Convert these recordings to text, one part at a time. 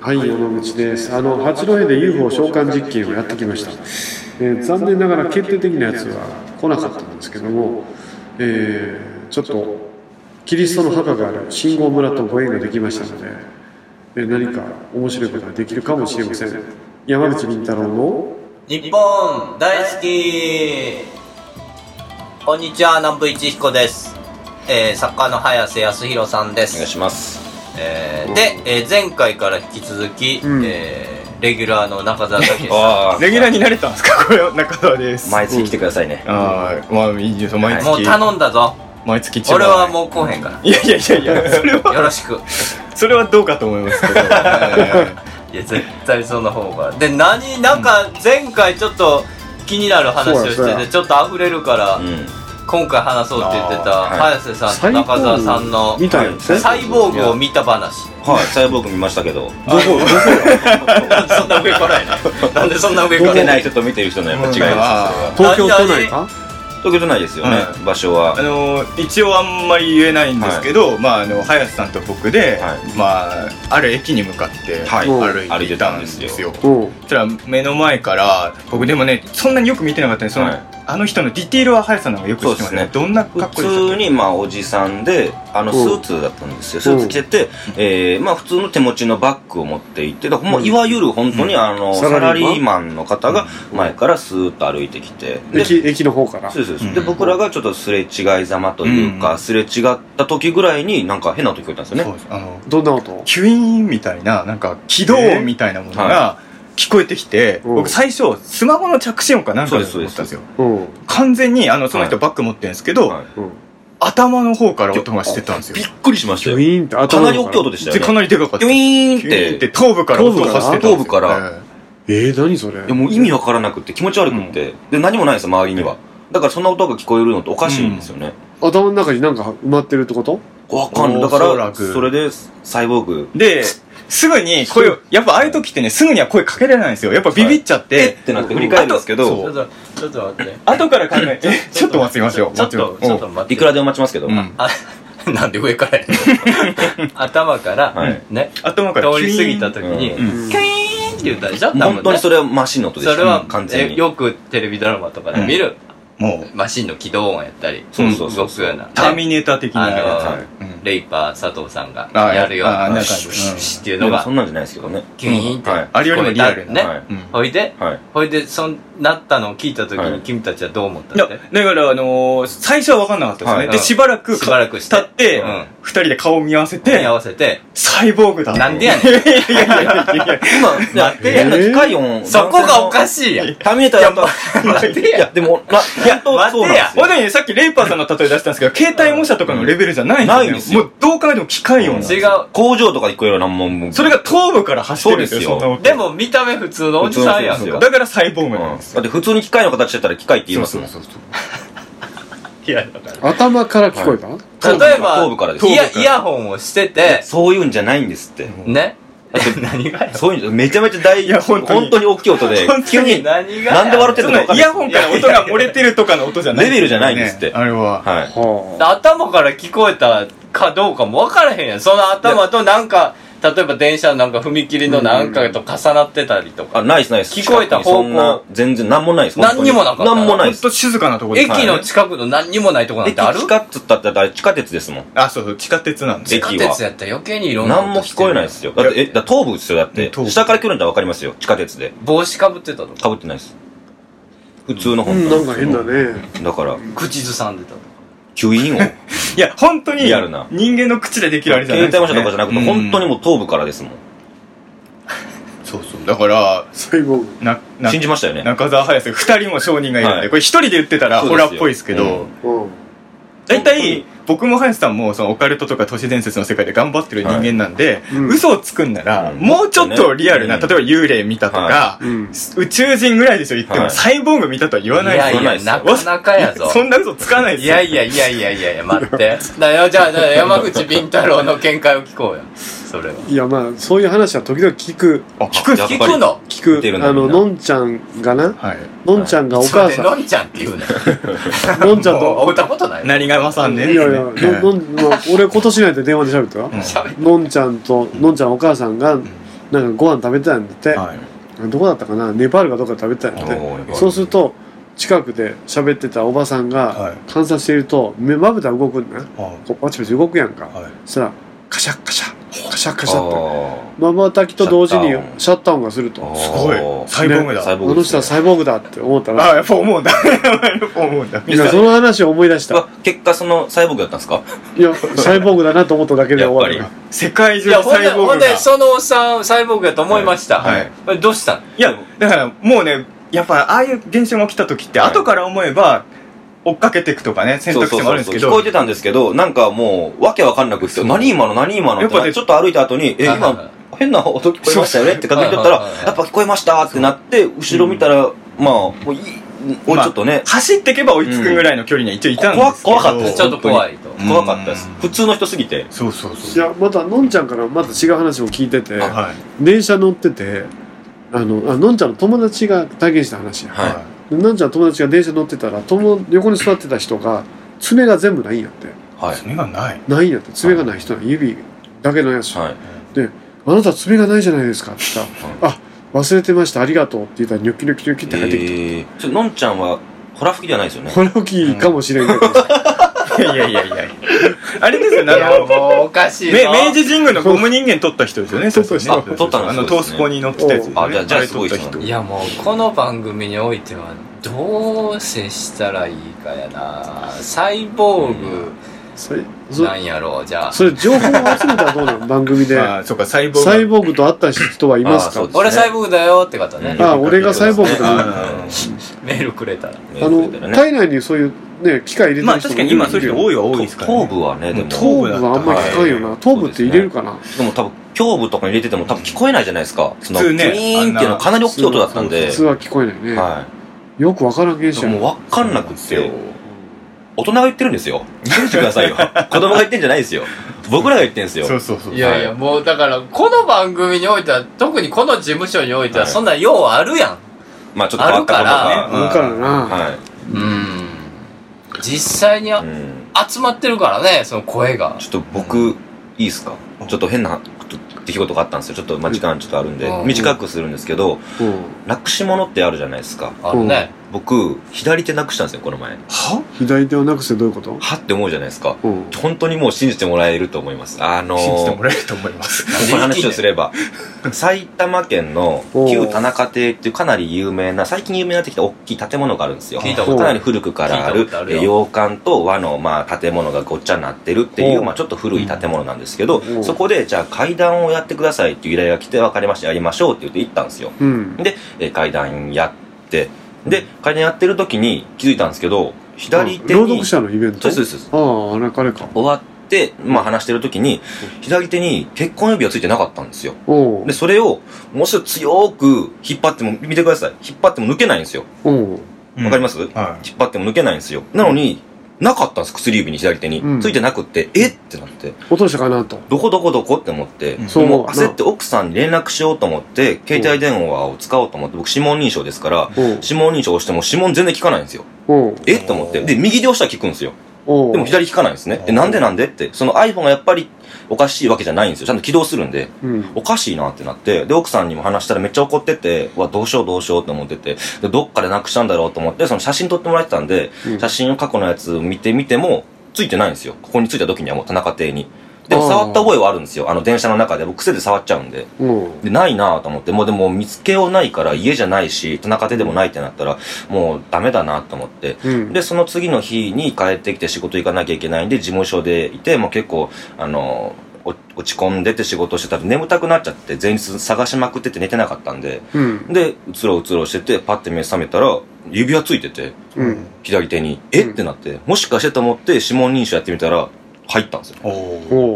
はい、山口です。あの八戸で UFO 召喚実験をやってきました。えー残念ながら決定的なやつは来なかったんですけども、えーちょっとキリストの墓がある信号村とご縁ができましたので、えー何か面白いことができるかもしれません。山口倫太郎の日本大好きこんにちは南部一彦です、えー、作家の早瀬康弘さんでお願いす、します。えーで、えー前回から引き続き、うんえーレギュラーの中澤武史さあレギュラーになれたんですかこれは中澤です。あ、毎月来てくださいね。ああ、まあいいですよ毎んもう月。頼んだぞ毎月一番。俺はもう来へんかいやいやいやいや、それらよはろしくそれはどうかと思いますけ ど。はいや絶対その方がで何なんか前回ちょっと気になる話をしそうやそうやててちょっと溢れるから、うん。今回話そうって言ってたあーは早瀬さんと中澤さんのみたいですね。サイボーグを見た話はい、サイボーグ見ましたけど、どこどこなんでそんな上からやな。なんでそんな上か見らてやな。ない人と見てる人のやっぱ違いですよそれは。東京都内か？東京都内ですよね、う場所あは。のー一応あんまり言えないんですけど、まああの早瀬さんと僕で、はいまあある駅に向かってはい歩いてたんです歩いてよ。うん。そしたら目の前から僕でもねそんなによく見てなかったんでその、はいあの人のディティールは早瀬さんの方がよく知ってますね。そうですどんな普格好でした通にまあおじさんで、あのスーツだったんですよ。スーツ着てて、えー、まあ普通の手持ちのバッグを持っていて、だからもういわゆる本当にあの、ササララリリーーマンの方が前からスーッと歩いてきて、で駅駅の方から。そうですそうです、うでん僕らがちょっとすれ違いざまというか、うんすれ違った時ぐらいになんか変な音聞こえたんですよそうねですあのどんな音？キュイーンみたいな、なんか、起動音みたいなものが聞こえてきて、うん僕最初、スマホの着信音かなんかだと思ったんですよ。うん。完全に、あの、その人はバッグ持ってるんですけど、はいうん。頭の方から音がしてたんですよび。っくりしましジたョよイーンってか頭なのり大きい音でしたよでねかなりでかかった。ギュイーンキュイーンっってて頭部から音が走ってたんですよ。頭部からええー、何それいやもう意味わからなくって気持ち悪くって、で何もないんですよ周りにはだからそんな音が聞こえるのっておかしいんですよね、頭の中になんか埋まってるってことわかんないだおそかららくそれでサイボーグえで、すぐに声を、やっぱああいう時ってね、すぐには声かけられないんですよ。やっぱビビっちゃっ、えっててなって振り返るんですけあどとちょっと、ちょっと待って。後から考えて、えちょっと待ってみましょう。ちょっと、ちょっと待って。いくらでも待ちますけど、おうん。あ、なんで上からやねん頭から、はいね、頭から通り過ぎた時時に、うキュイーンって言ったでしょ多分ね本当にそれはマシンの音でしたそれは、完全えによくテレビドラマとかで見る、もマシンの起動音やったり、そうそうそう動くような。う、ターミネーター的なやつ。あはいうんの、レイパー佐藤さんがあやるようああんな、な感じシュッシュッシュッっていうでのもがそ、んなんじゃないですけどねキュイーンって。はいあれよりもリアルな。ねはいうんほいで、はいほいで、そんなったのを聞いた時はにい君たちはどう思ったいや、ってだから、あのー最初は分かんなかったですね。はいで、しばらく、しばらくして経ってうん、二人で顔を見合わせ手にて合、わせて、サイボーグだ。なんでやねん。いやいやいやいやいや今いや待ってや変な機械音そこがおかいしいやん。ターミネーターだと待ていやでもな本当そうなんですよほんでね、さっきレイパーさんの例え出したんですけど、携帯模写とかのレベルじゃないんですよ、ないんですよもう、どう考えても機械音なんです違よ。う。工場とか行くようなもんもうそれが頭部から走ってるんですよ、そそうですよんな音で、も見た目普通のおじさんやん普通のか。だからサイボーグなんですだって普通に機械の形だったら機械って言いよ。ますもん。そうそうそう。いやだか頭から聞こえた、ら例えば、頭部からですイヤ頭部からイヤホンをしてて、そういうんじゃないんですって。ね。何がやそういうんじゃ、めちゃめちゃ大、いや本当に本当に大きい音で、本当に急に、何がなんで笑ってそるのか分かのんイないヤホンから音が漏れてるとかの音じゃない。レベルじゃないんですってあれは。はい。はあ、頭から聞こえたかどうかも分からへんやん。その頭となんか、例えば電車のなんか踏切のなんかと重なってたりとか。あ、ないですないです。聞こえた方向そんな、全然、なんもないです。何にもなかったなんもないほでんすと。静かなところ駅の近くの何にもないとこなん駅てある地下っつったって、だって地下鉄ですもん。あ、そうそう、地下鉄なんです地よ。下鉄やったら余計にいろんな。何も聞こえないですよ。だって、え、だから東部ですよ、だって。東部下から来るんだら分かりますよ。地下鉄で。帽子かぶってたとか、被ってないです。普通のう本ん、当なにんか変だ。ねだから、口ずさんでたとか。吸引音。いや、本当に、リアルな人間の口でできるあれじゃな携い帯模写とかじゃなくて、本当にももう東部からですもん。そうそう。だから、サイボーグな、な信じましたよね。中澤隼人、二人も証人がいるんで、はいこれ一人で言ってたらそうホですよラーっぽいですけうどん、うん大体、僕も隼人さんも、そのオカルトとか都市伝説の世界で頑張ってる人間なんで、いうん嘘をつくんなら、うんもうちょっとリアルな、うん例えば幽霊見たとか、うん宇宙人ぐらいでしょ言っても、はいサイボーグ見たとは言わないですよいやいや、なかなかやぞ。 そんな嘘つかないですいよ。やいやいやいやいやいや、待って。だよ、じゃあ、じゃあ山口敏太郎の見解を聞こうよ。それは。いやまあそういう話は時々聞くあ聞くやっぱ聞りくの聞見てるくんだあみんのなのんちゃんがなはい。のんちゃんがおそれ母でさんのんちゃんって言うね。のんちゃんもとう、会ったことない。何がまさんいでやすいね。やののんの俺今年になって電話で喋ったわうん喋っのんちゃんとのんちゃんお母さんがなんかご飯食べてたんだって、はい。どこだったかなネパールかどこか食べてたんだっておーそうすると近くで喋ってたおばさんはがい観察していると目まぶた動くんだなはこうパチパチ動くやんかい。はい。そしたらカシャッカシャッカシャッカシャッとあまばたきと同時にシャッタシャッターー音音がするとああすごおーい。サイボーグだ。サイボーのグで人すはねサイボーグだって思ったああ、らやっぱ思うんだ。 やっぱ思うんだ。いやその話を思い出したあ結果そのサイボーグだったんですかいやサイボーグだなと思っただけで終わやるっ世界い中や、のほんサで、イボほーんグが。で、そのおっさん、サイボーグやと思いました。はいえどうしたのいや、だからもうね、やっぱああいう現象が起きた時って、はい後から思えば、追っかけていくとかね、選択肢もあるんですけそうそうそう聞こえど、てたんですけど、なんかもう、わけわかんなくして、何今の何今のやっっぱて、ねちょっと歩いた後に、え、はいはいはい今、変な音聞こえましたよねって確認取ったはいはいはいはら、いやっぱ聞こえましたってなって、後ろ見たら、まあ、もういい、もうちょっとね、走っていけば追いつくぐらいの距離には一応いたんですけど。怖怖かったですちょっと怖いと。うん怖かったです。普通の人すぎて。そうそういそう。やまたのんちゃんからまた違う話も聞いててはい。電車乗っててあのあのんちゃんの友達が体験した話やはいでなんちゃんの友達が電車乗ってたら友横に座ってた人が爪が全部ないんやってはい。爪がない。ないんやって爪がない人は指だけのやつ、はい。あなた爪がないじゃないですかって言ったら「あ忘れてましたありがとう」って言ったらニョキニョキニョキって入ってきえー、ちょ、のんちゃんは、ホラ吹きじゃないですよねた、。これ大きいかもしれんけど、いやいやいやいや。あれですよね、い あや、の、もうおかしいめぞ。明治神宮のゴム人間取った人ですよね、そうそうそうですねあ取ったのあの、そうトでーすねスポに乗ってたやつですね。あじゃあじゃあすごい人れ取ったいや、もう、この番組においては、どう接したらいいかやな。サイボーそれグそなんやろう、じゃあ。それ情報を集めたらどうなの番組でああ、そうか、サイボーグ。サイボーグと会った人はいますかあーそうです俺サイボーグだよって方ねう。んあ俺がサイボーグだなあメールくれたら。あの、体内にそういうね機械入れてる人まあ確かに今そういう人多いいは多いですからね。頭部はね、でも、頭頭部はあんまり聞かんよな、はい頭部って入れるかな、でも多分、胸部とかに入れてても多分聞こえないじゃないですか。その、普通ねキュイーンっていうのかなり大きい音だったんで普。通は聞こえないね、はよくわからんい。現そ象うもうやわかんなくっそうなんてで。すよ大人が言ってるんですよ。信じてくださ いよ。子供が言ってんじゃないですよ。僕らが言ってんですよ。そうそうそう。いやいや、もうだから、この番組においては、特にこの事務所においては、はいそんなようあるやん。まあちょっと変わったことあるが。わからんな、はい。うん。実際にあうん集まってるからね、その声が。ちょっと僕、いいですかちょっと変な出来事があったんですよ。ちょっと、まあ時間ちょっとあるんでう。ん短くするんですけど、うんなくし物ってあるじゃないですか。あるね。僕、左手なくしたんですよ、この前。は左手をなくしてどういうこと、はって思うじゃないですか。うん、本当にもう信じてもらえると思います。あのー、信じてもらえると思います。この話をすれば、埼玉県の旧田中邸っていうかなり有名な、最近有名になってきた大きい建物があるんですよ。聞いたこかとなり古くからあ聞いたることあ、るよえー洋館と和の、まあ、建物がごっちゃになってるっていう、おうまあ、ちょっと古い建物なんですけどう、んそこで、じゃあ階段をやってくださいっていう依頼が来て、わかりました、やりましょうって言って行ったんですよ。うんで、えー階段やって、で、階段やってる時に気づいたんですけど、左手に、朗読者のイベンそトうです、そうです。あああれかあれか終わって、まあ話してる時に、左手に結婚指輪ついてなかったんですよ。おうで、それを、もうすぐ強く引っ張っても、見てください。引っ張っても抜けないんですよ。おうわかりますす、は引っ張っても抜けないんですよ。なのに、なかったんです、薬指に左手に。うんついてなくって、えってなって、落としたかなとどこどこどこって思って、うんそうもうな焦って奥さんに連絡しようと思って、携帯電話を使おうと思って、僕指紋認証ですから、おう指紋認証押しても指紋全然効かないんですよ。おうえと思って。で、右で押したら効くんですよ。おうでも左効かないんですね。で、なんでなんでって。その iPhone がやっぱりおかしいわけじゃないんですよ。ちゃんと起動するんで。うんおかしいなってなって、で、奥さんにも話したらめっちゃ怒ってて、うわ、どうしようどうしようって思ってて、で、どっかでなくしたんだろうと思って、その写真撮ってもらってたんで、うん写真を過去のやつ見てみても、ついてないんですよ。ここについた時にはもう田中邸に。でもあー触った覚えはあるんですよ。あの電車の中で。僕癖で触っちゃうんで。おうで、ないなぁと思って、もうでも見つけようないから家じゃないし、田中邸でもないってなったら、もうダメだなと思って。うんで、その次の日に帰ってきて仕事行かなきゃいけないんで、事務所でいて、もう結構、あの、お落ち込んでて仕事してたら眠たくなっちゃって、前日探しまくってて寝てなかったんで、うんで、うつろうつろしてて、パッて目覚めたら、指輪ついてて、い。うん。左手に、えうんってなって、もしかしてと思って指紋認証やってみたら、入ったんですよ。おお。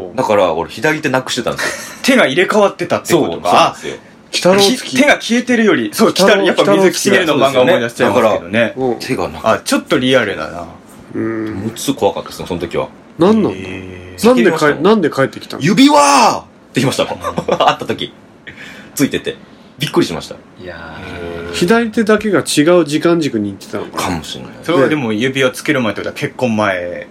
おうだから、俺左手なくしてたんです手が入れ替わってたってよ。こと そうなんかで。すよ。北あ郎き月手が消えてるより、そう、北来郎たやっぱ水木しげるの漫画を思い出しちゃいますけどね。おう手がなくあ、ちょっとリアルだな。うんむっつ怖かったですね、その時は。何なんだへーなん聞きでまし帰たもんなんで帰ってきたの指輪って言いましたもん。 会った時。ついてて。びっくりしました。いや左手だけが違う時間軸に行ってたのかかもしれない。それはでも指輪つける前ってことは結婚前って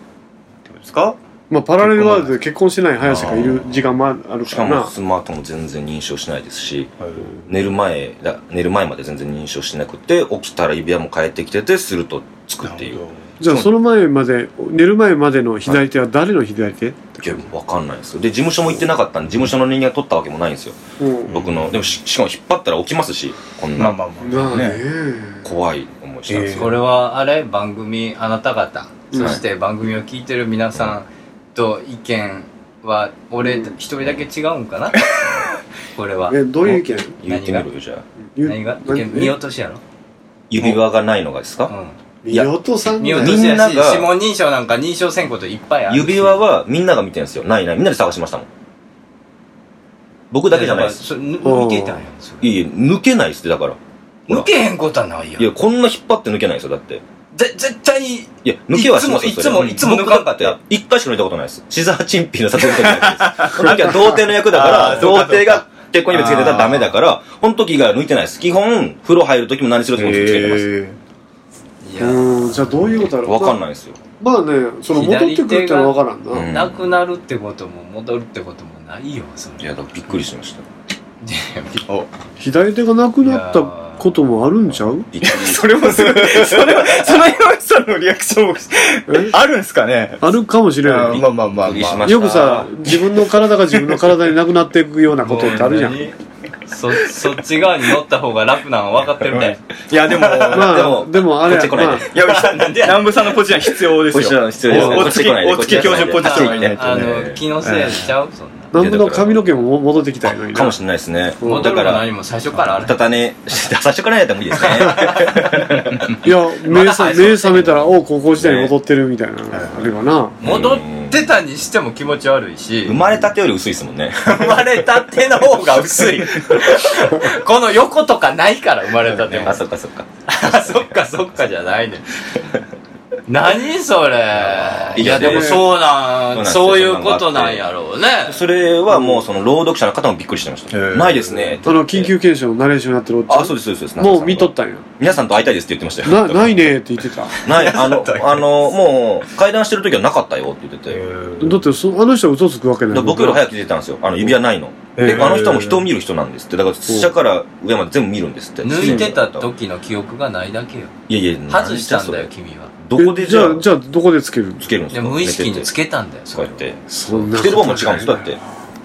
ことですかまあ、パラレルワールドで結婚してない林がいる時間もあるしかからもなスマートも全然認証しないですし、はい寝る前だ、寝る前まで全然認証しなくて、起きたら指輪も変えてきてて、するとつくっていう。じゃあその前まで寝る前までの左手は誰の左手、いや、わかんないですよ。で、事務所も行ってなかったんで、事務所の人間が取ったわけもないんですよ。うん、僕の。でもし、しかも引っ張ったら起きますし、こんまあなまあまあまあねね怖い思いしたんですよ。えこれはあれ番組あなた方、うんそして番組を聞いてる皆さんと意見は俺一人だけ違うんか なこれはえどういう意見言ってみろよ、じゃあ。言う何が意何見見落としやろ、指輪がないのがですか、う見落とさんん、が見落としやみんしな指が紋認証なんか認証せんこといっぱいあるし指輪はみんなが見てるんですよ。ないない。みんなで探しましたもん。僕だけじゃないです。それぬ抜けたんやそれいえいえ、抜けないですって、だから。ほら抜けへんことはないよいや、こんな引っ張って抜けないですよ、だって。ぜ絶対にいや、抜けはしますよいつもそれいつもいつも抜かんかったよ僕だて一回しか抜いたことないです。シザーチンピーの撮影の時だけです。その時は童貞の役だから、童貞が結婚指つけてたらダメだから、この時以外は抜いてないです。基本、風呂入る時も何する時もつけてます。えいや、うんじゃあどういうことだろうわかんいないですよ。まあねその戻ってくるってのはわからんな、左手がうんなくなるってことも戻るってこともないよそいれや、だからびっくりしました。左手がなくなったこともあるんちゃうびっくりそれもすごいそれはその山口さんのリアクションもえあるんすかねあるかもしれあなーいまあまあまあびっくりしまましあよたくさ自分の体 が自分の体になくなっていくような ことってあるじゃんそそっち側に乗った方が楽なの分かってるね いやでもまあででももあれこっち来ないで矢口さん南部さんのポジション必要ですこちらよの必要ですね。お月こっち来ないでお月教授ポジションがいないとあねの気のせいちゃうそんな南部の髪の毛も戻ってきたいのになかもしれないですね。うん戻だるかもら、何も最初からあれたたね、最初からやったら無理ですね。いや目さまだ目覚めたらおう高校時代に戻ってるみたいなのがあればな戻ってたにしても気持ち悪いし生まれたてより薄いですもんね。生まれたての方が薄い この横とかないから生まれたてもあ、そっかそっか。あそっかそっかじゃないね何それいやでもそうそうななんんですよそういうことなんやろうねそれはもうその朗読者の方もびっくりしてました。へーないですね。あの緊急検証のナレーションやってるおっちゃんあ、そうです、そうです。。もう見とったたんや皆さんと会いたいですって言ってましたなよ。ないねって言ってたない、あの、あの、もう、会談してる時はなかったよって言ってて。だってそあの人は嘘つくわけないだからもんな僕より早く出てたんですよ。あの、指輪ないの。へで、ーあの人も人を見る人なんですって。だから、下から上まで全部見るんですって。抜いてた時の記憶がないだけよいやいや、外したんだよ何じゃ君はそれ。どこでえじじゃゃああ、じゃあどこでつけるつけるんですでか無意識に寝てつてけたんだよこうやって。そんな着てる方も違うんです。だって。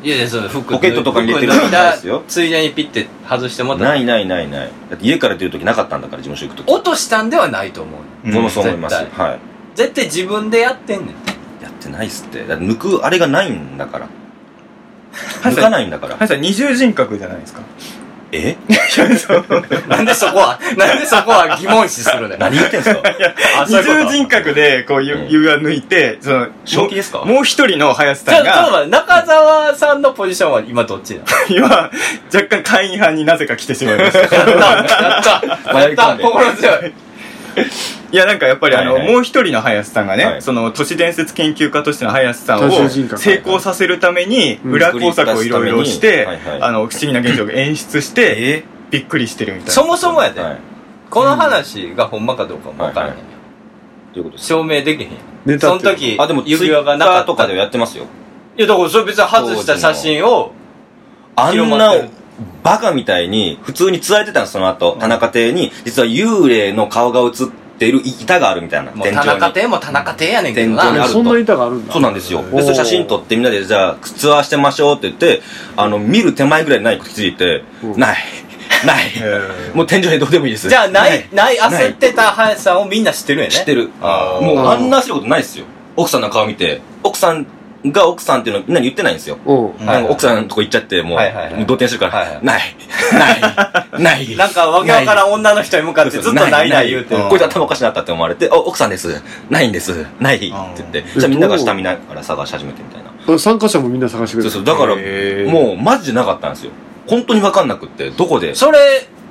いやいやその服ポケットとかに入れてる服脱いだやつですよついでにピッて外してもらっなたいないないない。だって家から出る時なかったんだから、事務所行く時。落としたんではないと思ううん僕もそう思います。絶はい。絶対自分でやってんねんやってないっすって。だって抜くあれがないんだから。抜かないんだから。林さん二重人格じゃないですかえなんでそこは なんでそこは疑問視するねん何言ってんすかあそう二いう重こと人格でこううん指輪抜いてその正気ですかもう一人の林じゃさあんちょっとが待って中澤さんのポジションは今どっちなの今若干会員派になぜか来てしまいましたやったや迷っい込たんで心強い いや、なんかやっぱりあの、はいはいもう一人の林さんがね、はいその都市伝説研究家としての林さん多重を人格成功させるために、うん裏工作をいろいろしはて、いはいあの、不思議な現象を演出して、 えびっくりしてるみたいそも そもやで、はい。この話がほんまかどうかもわからへんよ、はいということです。証明できへんよネそタのって時あ、でも、ツイ指輪ッタがなかったーとかではやってますよ。いやだからそれ別に外した写真をあん広なまってる、バカみたいに、普通に伝えてたんです、その後。田中邸に、実は幽霊の顔が映ってる板があるみたいな。もう天井田中に。亭も田中亭やねんけど天井にあなるそんな板があるんだそうなんですよ。おーで、それ写真撮ってみんなで、じゃあ、ツアーしてましょうって言って、あの、見る手前ぐらいに何か気づいて、うんない、 なな。い。へーもう天井にどうでもいいです。じゃあないない焦ってた林さんをみんな知ってるんやね知ってる。あーもうあんなすることないですよ。奥さんの顔見て、奥さんが奥さんっていうのはみんなに言ってないんですよ。うんうんなんか奥さんのとこ行っちゃって、もう、はいはいはいもう動転するから、はいはいない、ない、な い。なんかわけわからん女の人に向かってずっとないない言うてないるうんこいつ頭おかしなったって思われて、あ、奥さんです。ないんです。ない。って言って。じゃあみんなが下見ながら探し始めてみたいな。あ参加者もみんな探してくそれうそるう。だから、へーもうマジでなかったんですよ。本当にわかんなくって、どこで。それ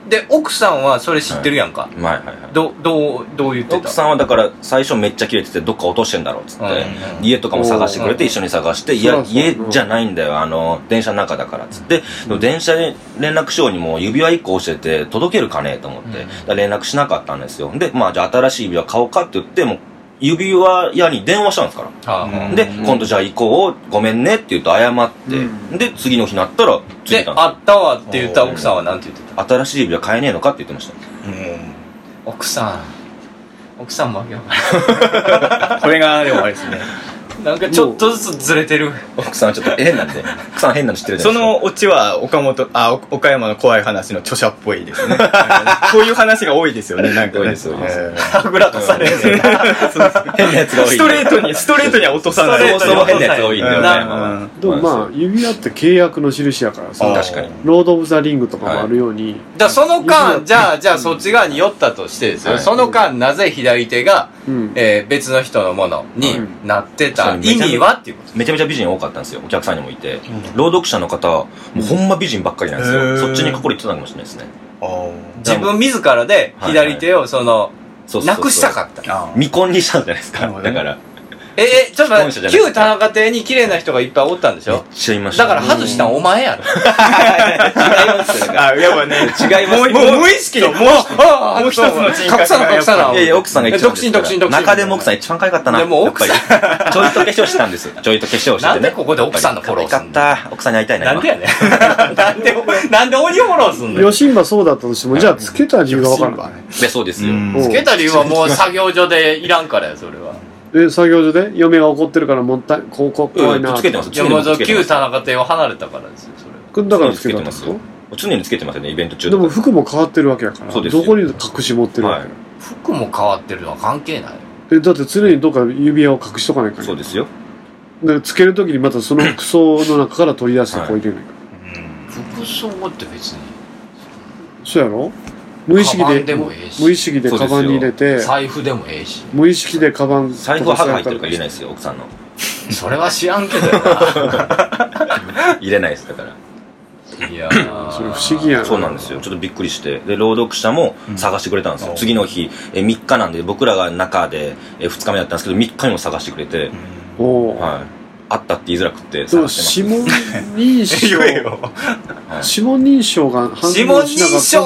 で奥さんはそれ知ってるやんか、はいはいはい。どどうどう言ってた奥さんはだから最初めっちゃ切れててどっか落としてんだろうっつって、うんうんうん家とかも探してくれて一緒に探して、いそやらそう家じゃないんだよあの電車の中だからっつって、でも電車で連絡しようにも指輪1個してて届けるかねと思って、うんだから連絡しなかったんですよでまあじゃあ新しい指輪買おうかって言ってもう指輪屋に電話したんですから。はで、うん今度じゃあ行こう、ごめんねって言うと謝って、うんで、次の日になったら、あ、次で、だあったわって言った奥さんはなんて言って新しい指輪買えねえのかって言ってました。た奥さん。奥さんもわけわかこれが、でもあれです ね。らん。なんかちょっとずつずれてる。奥さんちょっと変なんで、奥さん変なの知ってるじゃそないですか。のオチは、岡本、あ、お岡山の怖い話の著者っぽいです ね。なんかねこういう話が多いですよね、なんかね。多いです多いですえーはぐらかされる。変なやつが多い。 ストレートに、ストレートには落とさない。そうそう変なやつ多いんだよなね。まあまあでもまあ指輪って契約の印やからあさー確かに。ロード・オブ・ザ・リングとかもあるように、じゃあその間、じゃあ、じゃあそっち側に寄ったとしてですよ。はいその間、なぜ左手が、うんえー別の人のものになってたうん意味はっていうこと。めちゃめちゃ美人多かったんですよ、お客さんにもいて。朗読者の方、もうほんま美人ばっかりなんですへーよ。そっちに心行ってたのかもしれないですね。あー自分自らで左手をその、そうそうそうなくしたかった。あー未婚にしたんじゃないですなか。るほどねだから、え、えちょっと既婚待者って、じゃなくて旧田中邸に綺麗な人がいっぱいおったんでしめっょちゃいました。だから外したんお前 やろ。違いますよだからあ、やっぱね、違いますもう、もう無意識の、もう、あもう一つの人格隠さな隠さな。いやいや、奥さんが一番ですから独身独身独身中でも奥さん一番可愛かったな。いやもう奥さんやっぱりちょいと化粧したんです。ちょいと化粧しててね。なんでここで奥さんのフォローす可愛んのかった。奥さんに会いたいなな。んでやねん。 なんで、なんで鬼をフォローすんのよ。吉村そうだったとしてもじゃあつけた理由が分からないい。でそうですよ。うんつけた理由はもう作業所でいらんからや、それは。え作業所で嫁が怒ってるからもったいこうこう怖いなうんつけてますいや、もうその旧田中邸を離れたからですよ、それは。くんだからつけたんです常によつ常につけてますよね、イベント中でとかも服も変わってるわけやからそうですどよこに隠し持ってるわけ、はい服も変わってるのは関係ないよ。えだって常にどっか指輪を隠しとかないからそうですよ。でつけるときにまたその服装の中から取り出してこう入れないから、服装って別に。そうやろ無意識カバでンでもええし無意識でカバンに入れて財布でもええし。無意識でカバンと財布は歯が入ってるから入れなないですよ、奥さんの。それは知らんけど な。入れないです、だから。いやそれ不思議やそうなんですよ。ちょっとびっくりして。で、朗読者も探してくれたんですよ。次の日、え3日なんで、僕らが中でえ2日目だったんですけど、3日にも探してくれて、おお、はい。あったって言いづらくってでも探して指ます。紋認証 言えよ。指紋認証が反応し指なかっ紋た認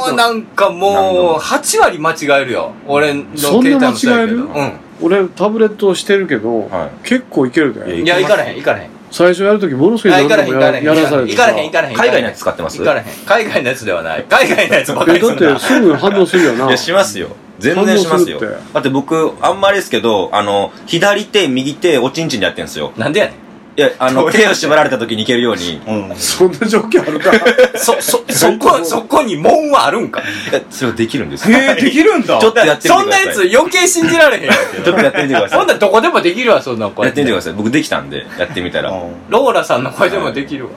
証なんかもう8割間違えるよ俺の携帯もそうやけどそんな間うん俺タブレットをしてるけど、は結構いけるでいいや行かれへん行かれへん最初やるときものすいごいや行何かれへん度行もややかれへんらされて行かれへん行かれへん海外のやつ使ってます行かれへん海外のやつではない海外のやつばかえりすだんなってすぐ反応するよいなや、しますよ。全然しますよ反応するっ。だって僕、あんまりですけど、あの、左手、右手、おちんちんでやってるんですよ。なんでやねいや、あの、手を縛られた時にいけるように。うん。そんな状況あるかんそ そそこそこに門はあるんかいやそれはできるんですよ。えー、できるんだちょっとやってみそんてくなださい。やつ余計信じられへ んよちょっとやってみてくださそんい。なんどこでもできるわそんなんこやってみてくだささい。僕できたんで、やってみたうら。んローラさんの声でもできるわ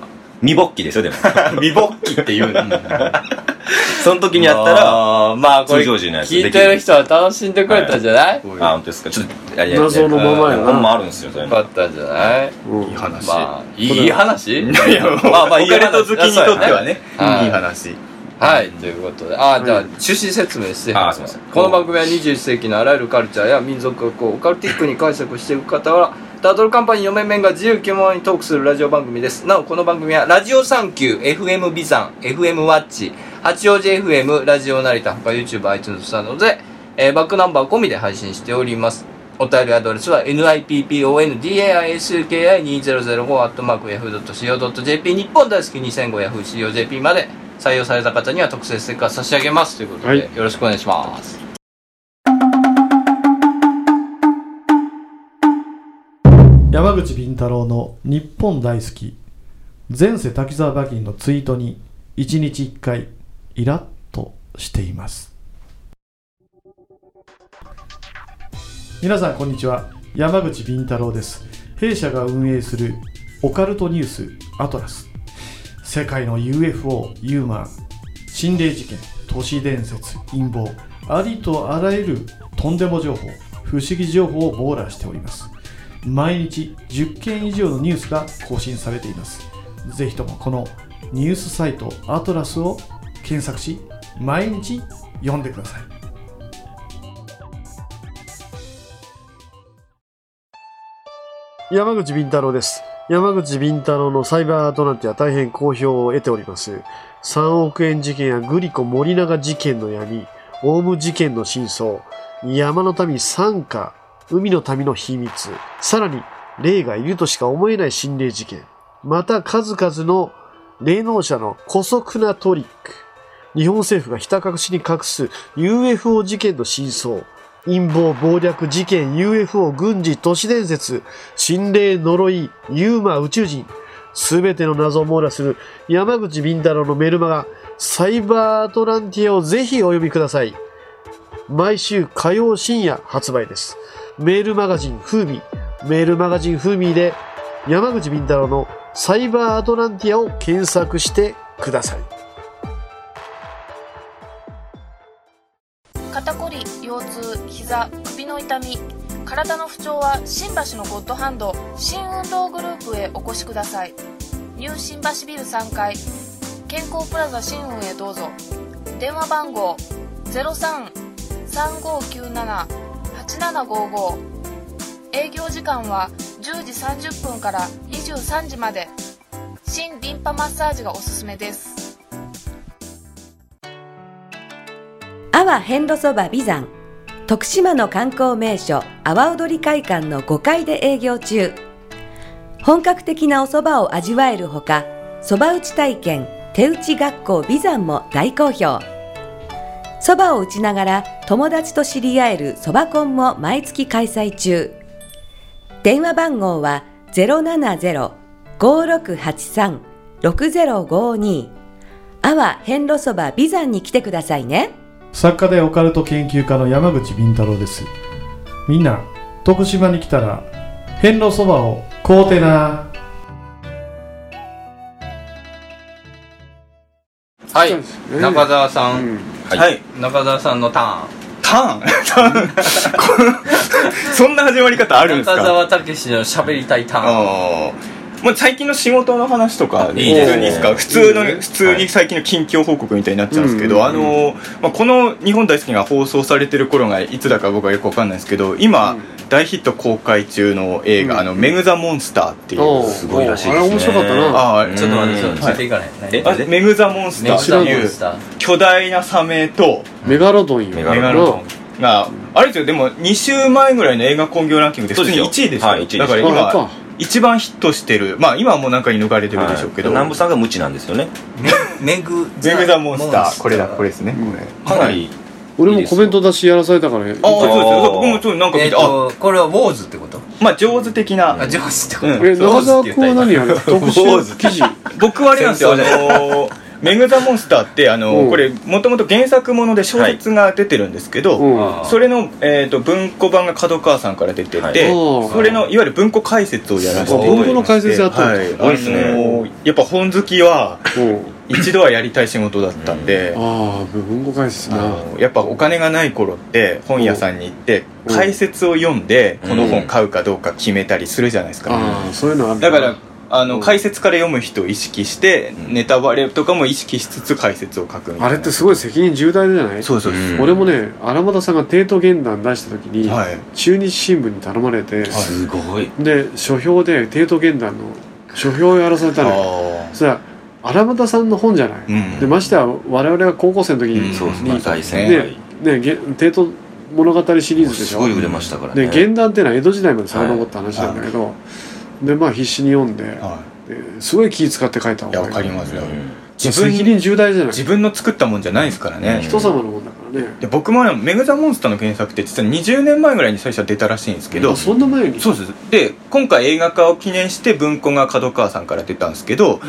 未勃起ですよ、でも。未勃起って言うなその時にやったら、あ、あーまあこれ通常時のやつできる聞いてる人は楽しんでくれたんじゃないよ本当ですか。ちょっと、やりやり謎のままやなほんまあるんですよ、それもかったんじゃないうんいい話。まあ、いいいい話いや、まあまあいいオカル話ト好きにとってはね、そうやねいい話。はい、ということで。ああ、じゃあ、趣旨説明して。あーすいませんこの番組は21世紀のあらゆるカルチャーや民族学をオカルティックに解釈していく方は、ダトルカンパニー4面面が自由気ままにトークするラジオ番組です。なお、この番組は、ラジオサンキュー、FM ビザン、FM ワッチ、八王子 FM、ラジオ成田、他 YouTube、iTunes などで、えーバックナンバー込みで配信しております。お便りアドレスは nippondaisuki2005-yahoo.co.jp 日本大好き 2005-yahoo.co.jp まで採用された方には特製ステッカー差し上げますということで、はいよろしくお願いします。山口敏太郎の日本大好き前世滝沢馬琴のツイートに1日1回イラッとしています皆さんこんにちは山口敏太郎です弊社が運営するオカルトニュースアトラス世界の UFO ユーマー心霊事件都市伝説陰謀ありとあらゆるとんでも情報不思議情報を網羅しております毎日10件以上のニュースが更新されていますぜひともこのニュースサイトアトラスを検索し毎日読んでください山口敏太郎です。山口敏太郎のサイバーアトランティア大変好評を得ております。3億円事件やグリコ森永事件の闇、オウム事件の真相、山の民参加海の民の秘密、さらに霊がいるとしか思えない心霊事件、また数々の霊能者の古速なトリック、日本政府がひた隠しに隠す UFO 事件の真相、陰謀、暴略、事件、UFO、軍事、都市伝説、心霊、呪い、ユーマ、宇宙人、すべての謎を網羅する山口敏太郎のメルマガ、サイバーアトランティアをぜひお読みください。毎週火曜深夜発売です。メールマガジンフーミー、メールマガジンフーミーで山口敏太郎のサイバーアトランティアを検索してください。肩こり腰痛膝首の痛み体の不調は新橋のゴッドハンド新運動グループへお越しくださいニュー新橋ビル3階健康プラザ新運へどうぞ電話番号0335978755営業時間は10時30分から23時まで新リンパマッサージがおすすめです阿波遍路そば美山徳島の観光名所阿波踊り会館の5階で営業中本格的なお蕎麦を味わえるほか蕎麦打ち体験手打ち学校美山も大好評蕎麦を打ちながら友達と知り合える蕎麦コンも毎月開催中電話番号は070-5683-6052阿波遍路そば美山に来てくださいね作家でオカルト研究家の山口敏太郎ですみんな徳島に来たら遍路そばを買うてなはいそうですね中澤さん、うんはい。中澤さんのタターンターンそんな始まり方あるーんンですか中澤武史の喋りたいターンあーもう最近の仕事の話とかいいですねですか普通いのいね普通に最近の近況報告みたいになっちゃうんですけど、あのまあ、この「日本大好き」が放送されてる頃がいつだか僕はよくわかんないですけど今、大ヒット公開中の映画う「んあのメグ・ザ・モンスター」っていう、おうすごいらしいですねあれ面白かったなあうーんちちょょっっとと待待って、ちょっとついていかない。えねとあメグ・ザ・モンスメタグーザっモていンうスター。巨大なサメとメガロドンよメメガロドなンがあれですよでも2週前ぐらいの映画興行ランキングで普通に1位ですよはい一位ですだからあやっぱ今一番ヒットしてるまあ今はもうなんかに抜かれてるでしょうけど、南部さんが無知なんですよね。メメグ、メグザモンスター。これだ、これ。れですね。かなり。俺もコメント出しやらされたからああ、そうですあーそう僕もちょっとなんかえ見、ってあ、と、これはウォーズってことまあ、上手的なあ、。ジョーズってこうんとえ中澤ウォーズって君言はった何やる特集記事僕はあれなんですよ、あのー、メグザモンスターって、あのうー、んこれ、もともと原作もので小説が出てるんですけうど、んそれの、えっと、文庫版が角川さんから出てはいて、おーそれの、いわゆる文庫解説をやらせていただいて。文庫の解説やったんだはいすあごのいっすねー、やっぱ本好きは、うん一度はやりたい仕事だったんで、ああ文庫解説あなのやっぱお金がない頃って本屋さんに行ってうん解説を読んでうんこの本買うかどうか決めたりするじゃないですか、ああそういうのあるなだからあのうん解説から読む人を意識してうんネタバレとかも意識しつつ解説を書くみたいなあれってすごい責任重大じゃないそうそううん俺もね荒俣さんが帝都現談出した時にはい中日新聞に頼まれてはいすごい。で書評で帝都現談の書評をやらされたのよあそしたら荒俣さんの本じゃないーでましては我々が高校生の時にうんそうですにね。大戦ねねげ帝都物語シリーズでしすょごい売れましたからでね。現代っていうのは江戸時代まで遡った話なんだけど、でまあ必死に読んではですごい気使って書いたい方いやがわかいいりますよ自分責任重大じゃない自分の作ったもんじゃないですからね人様のもんだからね、で僕もあのメグザモンスターの原作って実は20年前ぐらいに最初は出たらしいんですけどあそんな前にそうですで今回映画化を記念して文庫が角川さんから出たんですけどうん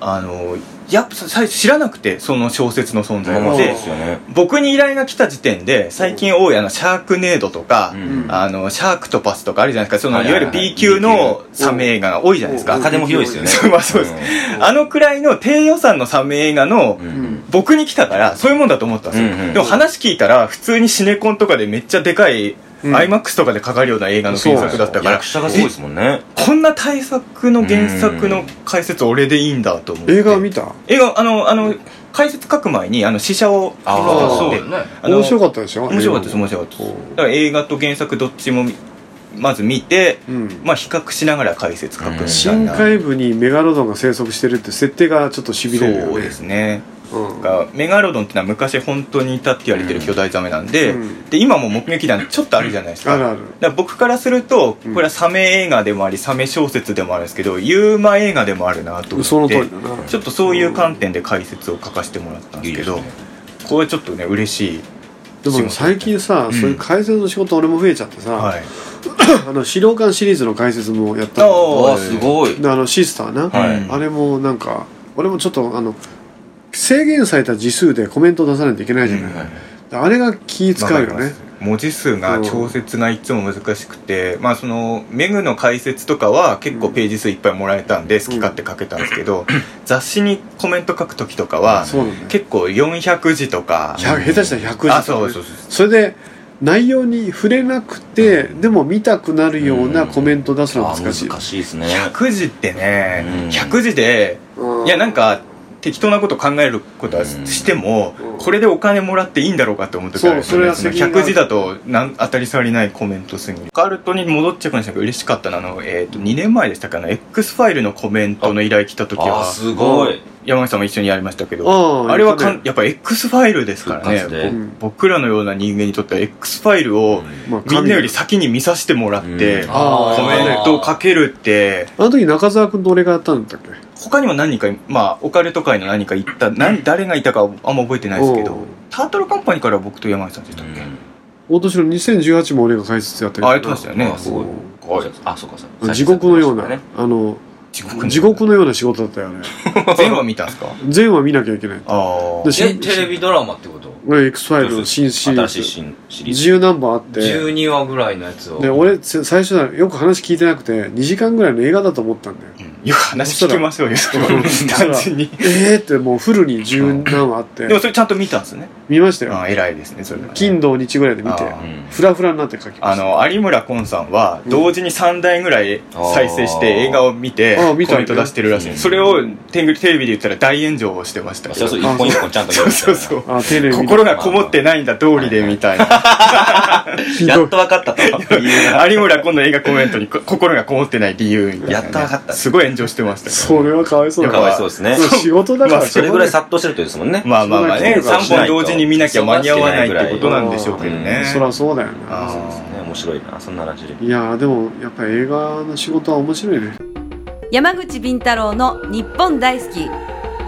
あのやっぱ最初知らなくてその小説の存在まあをそうでですよね。僕に依頼が来た時点で最近大家の「シャークネード」とか、うんあの「シャークトパス」とかあるじゃないですかその、はいいはいはいわゆる B 級の B 級サメ映画が多いじゃないですか、うん中でも広いですよそうね。まあそうですあのくらいの低予算のサメ映画のうん。ううんん僕に来たからそういうもんだと思ったんですよ、うんうんでも話聞いたら普通にシネコンとかでめっちゃでかい、うん IMAX とかでかかるような映画の原作だったから役者がすごいですもんね。こんな大作の原作の解説俺でいいんだと思って映画見た映画あのあの解説書く前にあの試写をあー見そうてだよね。あの面白かったでしょ面白かったです映面白かったですおうだから映画と原作どっちもまず見て、画うんまあ、比較しながら解説書くみたいな深海部にメガロドンが生息してるって設定がちょっとしびれるよそうねですねうんがメガロドンってのは昔本当にいたって言われてる巨大ザメなんで,、うんで今も目撃談ちょっとあるじゃないですかあるあるだから僕からするとこうんれはサメ映画でもありサメ小説でもあるんですけどユーマ映画でもあるなと思ってその通りだなちょっとそういう観点で解説を書かせてもらったんですけどいいでこれちょっとね嬉しいでも最近さ、んそういう解説の仕事俺も増えちゃってさ、はいあの資料館シリーズの解説もやったおのーわあ、すごい。であのシスターな、はいあれもなんか俺もちょっとあの制限された字数でコメントを出さないといけないじゃない、あれが気使うよわかりねます文字数が調節がいつも難しくて、まあそのメグの解説とかは結構ページ数いっぱいもらえたんで好き勝手書けたんですけど、 雑誌にコメント書く時とかはそうなんだよ結構400字とか100下手したら100字とかねあそうそうそうそれで内容に触れなくて、でも見たくなるようなコメント出すのあはー難しい、難しいですね。 100字ってね、うん100字でうんいやなんか適当なこと考えることはうんしても、うんこれでお金もらっていいんだろうかと思ってたそうそれは責任があ100る字だとなん当たり障りないコメントすぎるカルトに戻っちゃうんですけど嬉しかったのはあの、えー、と2年前でしたかね X ファイルのコメントの依頼来た時あー、はすごい。山口さんも一緒にやりましたけどあああれはかかんんやっぱ X ファイルですから復活でねうんぼ僕らのような人間にとっては X ファイルをまあ神みんなより先に見させてもらって、うんコあーメントをかけるってあの時中澤君と俺がやったんだっけ他にも何人か、まあ、オカルト界の何か行った、何、誰がいたかはあんま覚えてないですけおうど、タートルカンパニーから僕と山内さんでしたっけ、今年の2018も俺が解説やってあ、やってましたよね。すごい。あ、そうか、そうか。地獄のような、ねあの 地獄の地獄のような仕事だったよね全話見たんですか全話見なきゃいけないあであ。え、新テレビドラマってこと俺 X ファイルの新シリー新しいズ新シリーズ。 10何本あって ?12 話ぐらいのやつを。で俺せ最初だよく話聞いてなくて2時間ぐらいの映画だと思ったんだようんよく話聞きましょうよ、それはそした単ら純に。えーってもうフルに十何話あっでもてそれちゃんと見たんですね。見ましたあよあ、偉いですね、それはね。金土日ぐらいで見てあうんフラフラになって書きまあしたの、有村昆さんは、うん同時に3台ぐらい再生してあー映画を見て、あーコメ見たねント出してるらしいんです。それをテレビで言ったら大炎上をしてましたけそど。うそう、一本一本ちゃんと見るそうみたい そなうそう。あ丁寧に見て心がこもってないんだ道理でみたい なひやどっと分かったと。有村今度映画コメントにこ心がこもってない理由みたいなね、やっとわかったすごい炎上してましたいよそれはかわいそうだかわいそうですね。仕事だからまあそれぐらいしょ殺到してるってことですもんね。まあまあまあねそんな3こと本同時に見なきゃ間に合わないってこうとなんでしょうけどうねんそりゃそうだよあなーね面白いな、そんな話で。いやーでもやっぱり映画の仕事は面白いね山口敏太郎の日本大好き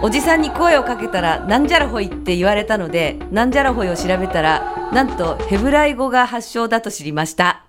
おじさんに声をかけたらなんじゃらほいって言われたのでなんじゃらほいを調べたらなんとヘブライ語が発祥だと知りました